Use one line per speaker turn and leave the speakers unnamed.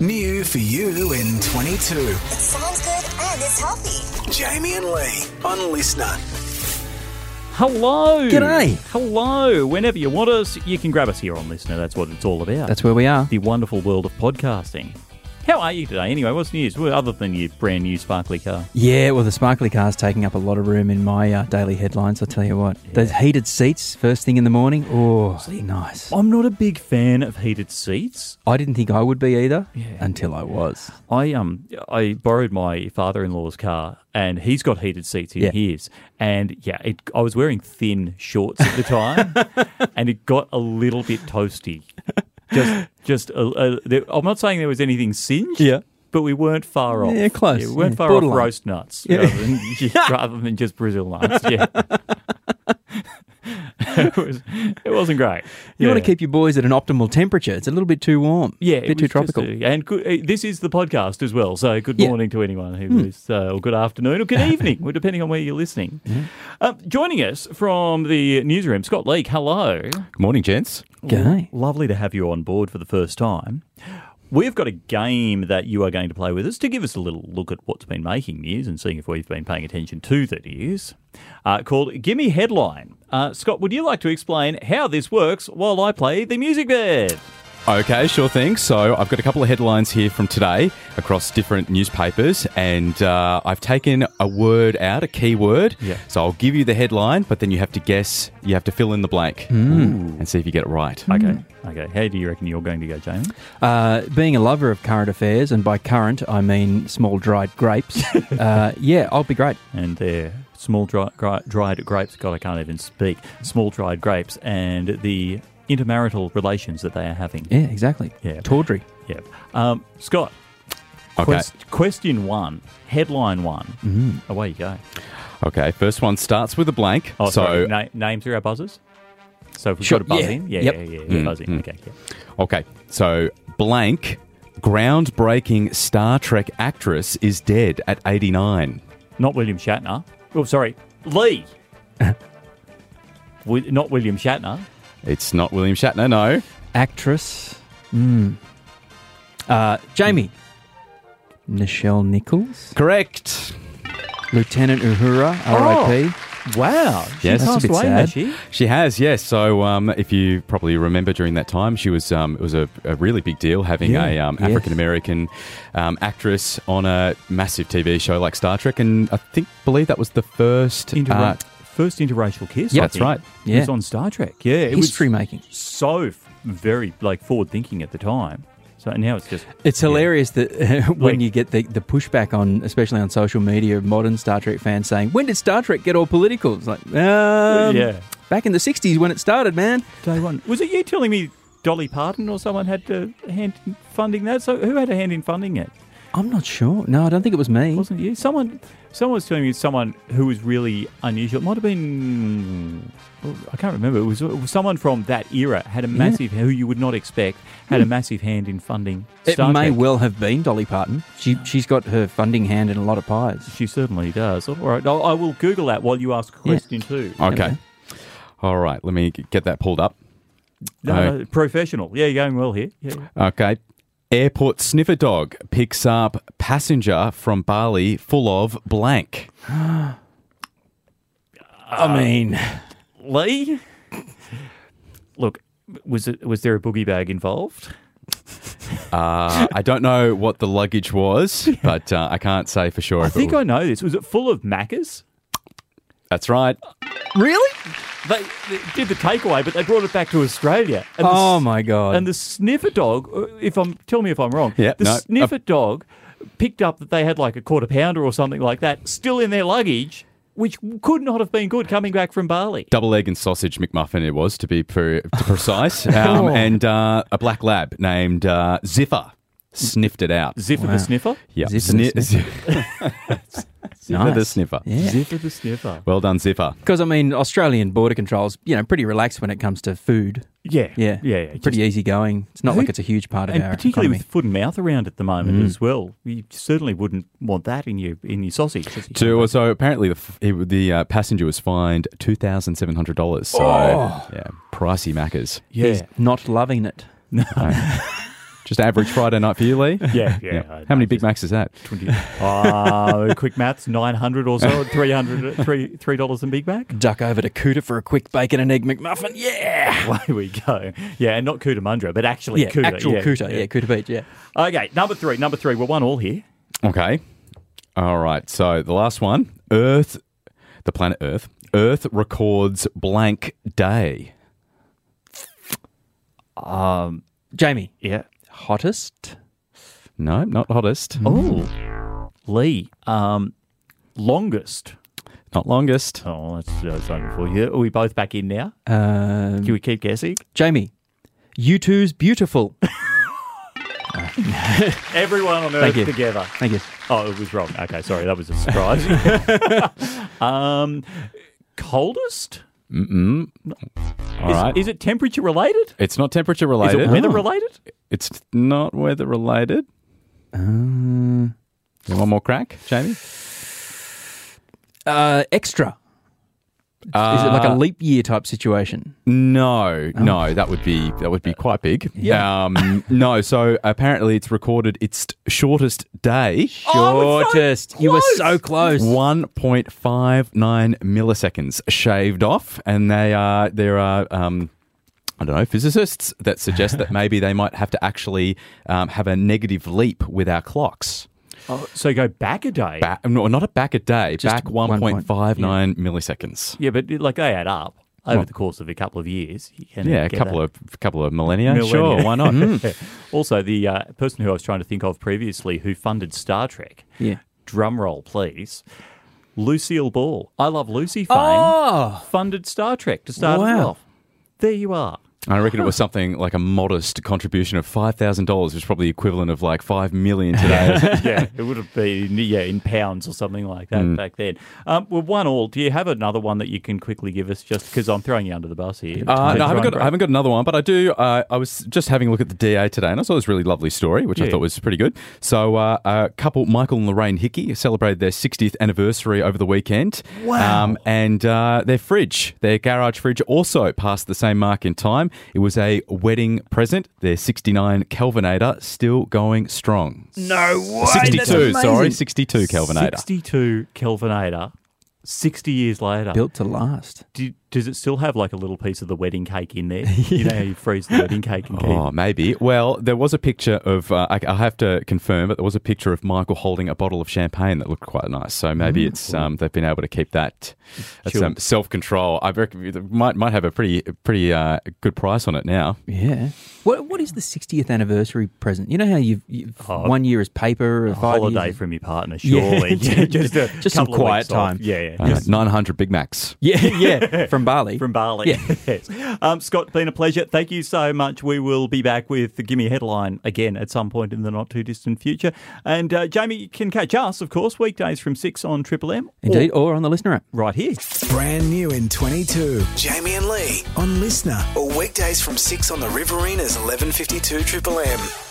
New for you in 22.
It sounds good and it's healthy.
Jamie and Lee on Listener.
Hello.
G'day.
Hello. Whenever you want us, you can grab us here on Listener. That's what it's all about.
That's where we are.
the wonderful world of podcasting. How are you today? Anyway, what's news? Well, other than your brand new sparkly car.
Yeah, well, the sparkly car's taking up a lot of room in my uh, daily headlines. I tell you what, those heated seats first thing in the morning. Oh, nice.
I'm not a big fan of heated seats.
I didn't think I would be either
Yeah.
until I was.
I um I borrowed my father-in-law's car and he's got heated seats in
Yeah.
his and yeah it, I was wearing thin shorts at the time and it got a little bit toasty just just a, a, there, I'm not saying there was anything singed
Yeah.
but we weren't far off
Yeah, close.
we weren't
Yeah,
far
borderline.
off roast nuts rather, than, rather than just Brazil nuts yeah it, was, it wasn't great
You want
Yeah.
to keep your boys at an optimal temperature. It's a little bit too warm.
Yeah,
a
it
bit too
was just
tropical.
a- and good, uh, this is the podcast as well. So good
Yeah. Hmm.
morning to anyone who is, uh, or good afternoon, or good evening, well, depending on where you're listening.
Mm-hmm.
Um, joining us from the newsroom, Scott Leake. Hello,
Good morning, gents.
G'day.
lovely to have you on board for the first time. We've got a game that you are going to play with us to give us a little look at what's been making news and seeing if we've been paying attention to that is uh, called Gimme Headline. Uh, Scott, would you like to explain how this works while I play the music bed?
Okay, sure thing. So I've got a couple of headlines here from today across different newspapers, and uh, I've taken a word out, a keyword.
Yeah.
So I'll give you the headline, but then you have to guess, you have to fill in the blank
Hmm.
and see if you get it right.
Okay, okay. How do you reckon you're going to go, Jamie?
Uh, being a lover of current affairs, and by current I mean small dried grapes. uh, yeah, I'll be great.
and they're small dri- gri- dried grapes. God, I can't even speak. Small dried grapes and the intermarital relations that they are having.
Yeah, exactly.
Yeah.
Tawdry.
Yeah. Um, Scott,
Okay.
quest- question one, headline one. Mm. Away you go.
Okay, first one starts with a blank.
Oh,
so,
sorry. Na- name through our buzzers. So if we've
Sure,
got a buzz
yeah.
in, yeah,
Yep.
yeah, yeah, yeah, buzz in. Okay, yeah.
okay, so blank, groundbreaking Star Trek actress is dead at 89.
Not William Shatner. Oh, sorry, Lee. Wi- Not William Shatner.
It's not William Shatner, no.
Actress. Mm. Uh, Jamie.
Hmm.
Nichelle Nichols.
Correct.
Lieutenant Uhura, RIP.
Wow. She
Yes.
passed
That's a bit
away,
sad.
has she?
She has, yes. So, um, if you probably remember during that time, she was um, it was a, a really big deal having
Yeah,
a um,
yes.
African American um, actress on a massive TV show like Star Trek, and I think believe that was the first.
Inter-
uh,
first interracial kiss.
Yeah,
I
that's
think.
right.
It was
Yeah.
on Star Trek. Yeah, it
History
was
making.
so f- very like forward thinking at the time. So now it's just
It's
yeah.
hilarious that uh, when
Like-
you get the, the pushback on, especially on social media, modern Star Trek fans saying, "When did Star Trek get all political?" It's like, um,
Yeah.
back in the '60s when it started, man.
Day one. Was it you telling me Dolly Parton or someone had to hand in funding that? So who had a hand in funding it?
I'm not sure. No, I don't think it was me.
Wasn't it you? Someone. Someone was telling me someone who was really unusual. It might have been. I can't remember. It was, it was someone from that era had a massive who you would not expect had a massive hand in funding.
Hmm. it
Star
may
Trek.
well have been Dolly Parton. She she's got her funding hand in a lot of pies.
She certainly does. All right, I'll, I will Google that while you ask question two.
okay. All right, let me g- get that pulled up.
No,
Alright.
no, professional. Yeah, you're going well here. Yeah.
Okay. Airport sniffer dog picks up passenger from Bali full of blank.
I mean,
Lee, look, was it was there a boogie bag involved?
Uh, I don't know what the luggage was, but uh, I can't say for sure.
I
if it
Oh.
think
was-
I know this. Was it full of Maccas?
That's right.
really?
They, they did the takeaway, but they brought it back to Australia. And the
Oh
s-
my god!
And the sniffer dog, uh, if I'm tell me if I'm wrong.
Yeah,
the
no,
sniffer dog picked up that they had like a quarter pounder or something like that, still in their luggage, which could not have been good coming back from Bali.
double egg and sausage McMuffin it was to be pre- to precise, um, and uh, a black lab named uh, Ziffer sniffed it out.
Ziffer the sniffer.
yeah,
Ziffer the
Ziffer the
Nice.
sniffer.
yeah.
Ziffer the sniffer.
Well done, Ziffer.
Because I mean, Australian border controls, you know, pretty relaxed when it comes to food.
Yeah,
Yeah,
yeah, yeah. Just-
pretty easy going. It's not like it's a huge part of
and
our
particularly
economy. Mm-hmm.
with foot and mouth around at the moment as well. You certainly wouldn't want that in your in your sausage. as you
So, so apparently the f- he, the uh, passenger was fined two thousand seven hundred dollars. So yeah, pricey maccas.
Oh. yeah,
He's not loving it.
no,
Just average Friday night for you, Lee?
Yeah, yeah. I-
How many
I
Big
just-
Macs is that?
20. Uh, quick maths, 900 or so, 300, three, $3 in Big Mac.
Duck over to Cooter for a quick bacon and egg McMuffin. Yeah.
Away we go. Yeah, and not Cootamundra, but actually
Yeah,
Cooter.
actual Cooter. Yeah, Cooter Beach. Yeah.
Okay, number three. Number three. We're one all here.
Okay. All right. So the last one Earth, the planet Earth. Earth records blank day.
Jamie,
Yeah.
hottest?
No, not hottest.
Oh, Lee. Um, longest.
Not longest.
Oh, that's, that's something for you. Are we both back in now?
Um,
Can we keep guessing?
Jamie, you two's beautiful.
Everyone on
Thank
Earth
you.
together.
Thank you.
Oh, it was wrong. Okay, sorry. That was a surprise. um, coldest?
All
is,
right. Oh.
is it temperature related?
it's not temperature
Is
related.
it weather related?
It's not weather related. You want one more crack, Jamie?
Uh, extra. Is it like
Uh,
a leap year type situation?
No, no, that would be that would be quite big. Yeah. Um, no, so apparently it's recorded its shortest day,
Oh,
Shortest. you were so close.
one point five nine milliseconds shaved off, and they are there are. Um, I don't know, physicists that suggest that maybe they might have to actually um, have a negative leap with our clocks.
So go back a day.
Back, no, not a back a day,
Just
back
one point,
1.59 milliseconds.
Yeah, but like they add up over the course of a couple of years. You can
Yeah, a
get
couple
a-
of couple of millennia.
Millennia.
Sure, why not?
Also, the uh, person who I was trying to think of previously who funded Star Trek,
Yeah.
drum roll, please. Lucille Ball, I Love Lucy fame,
Oh.
funded Star Trek to start it
Wow.
off. There you are.
I reckon it was something like a modest contribution of five thousand dollars, which is probably equivalent of like five million today.
yeah, it would have been yeah in pounds or something like that back then. Um, well, one all. Do you have another one that you can quickly give us? Just because I'm throwing you under the bus here.
Uh, no, I haven't,
Throwing
got, I haven't got another one, but I do. Uh, I was just having a look at the DA today, and I saw this really lovely story, which I
Yeah.
thought was pretty good. So, uh, a couple, Michael and Lorraine Hickey, celebrated their 60th anniversary over the weekend. Wow! Um, and uh, their fridge, their garage fridge, also passed the same mark in time. It was a wedding present. Their 69 Kelvinator, still going strong.
No way.
62, sorry, 62 Kelvinator.
62 Kelvinator. 60 years later,
Built to last.
do, does it still have like a little piece of the wedding cake in there? You know how you freeze the wedding cake and keep
Oh, maybe. Well, there was a picture of, uh, I, I have to confirm, but there was a picture of Michael holding a bottle of champagne that looked quite nice. So maybe it's um, they've been able to keep that that's, um, self control. I reckon it might might have a pretty pretty uh, good price on it now.
Yeah. What What is the 60th anniversary present? You know how you've, you've one year is paper,
Oh, a
five
holiday
years.
from your partner,
Yeah.
surely. just a
Just some
couple of
quiet
weeks off.
time.
Yeah, yeah.
Uh, 900 Big Macs.
Yeah, yeah, from Bali.
From Bali. yes. Um, Scott, been a pleasure. Thank you so much. We will be back with the Gimme Headline again at some point in the not too distant future. And uh, Jamie, you can catch us, of course, weekdays from 6 on Triple M. or
Indeed, or on the listener app.
right here.
Brand new in 22. Jamie and Lee on Listener. Or weekdays from 6 on the Riverina's 1152 Triple M.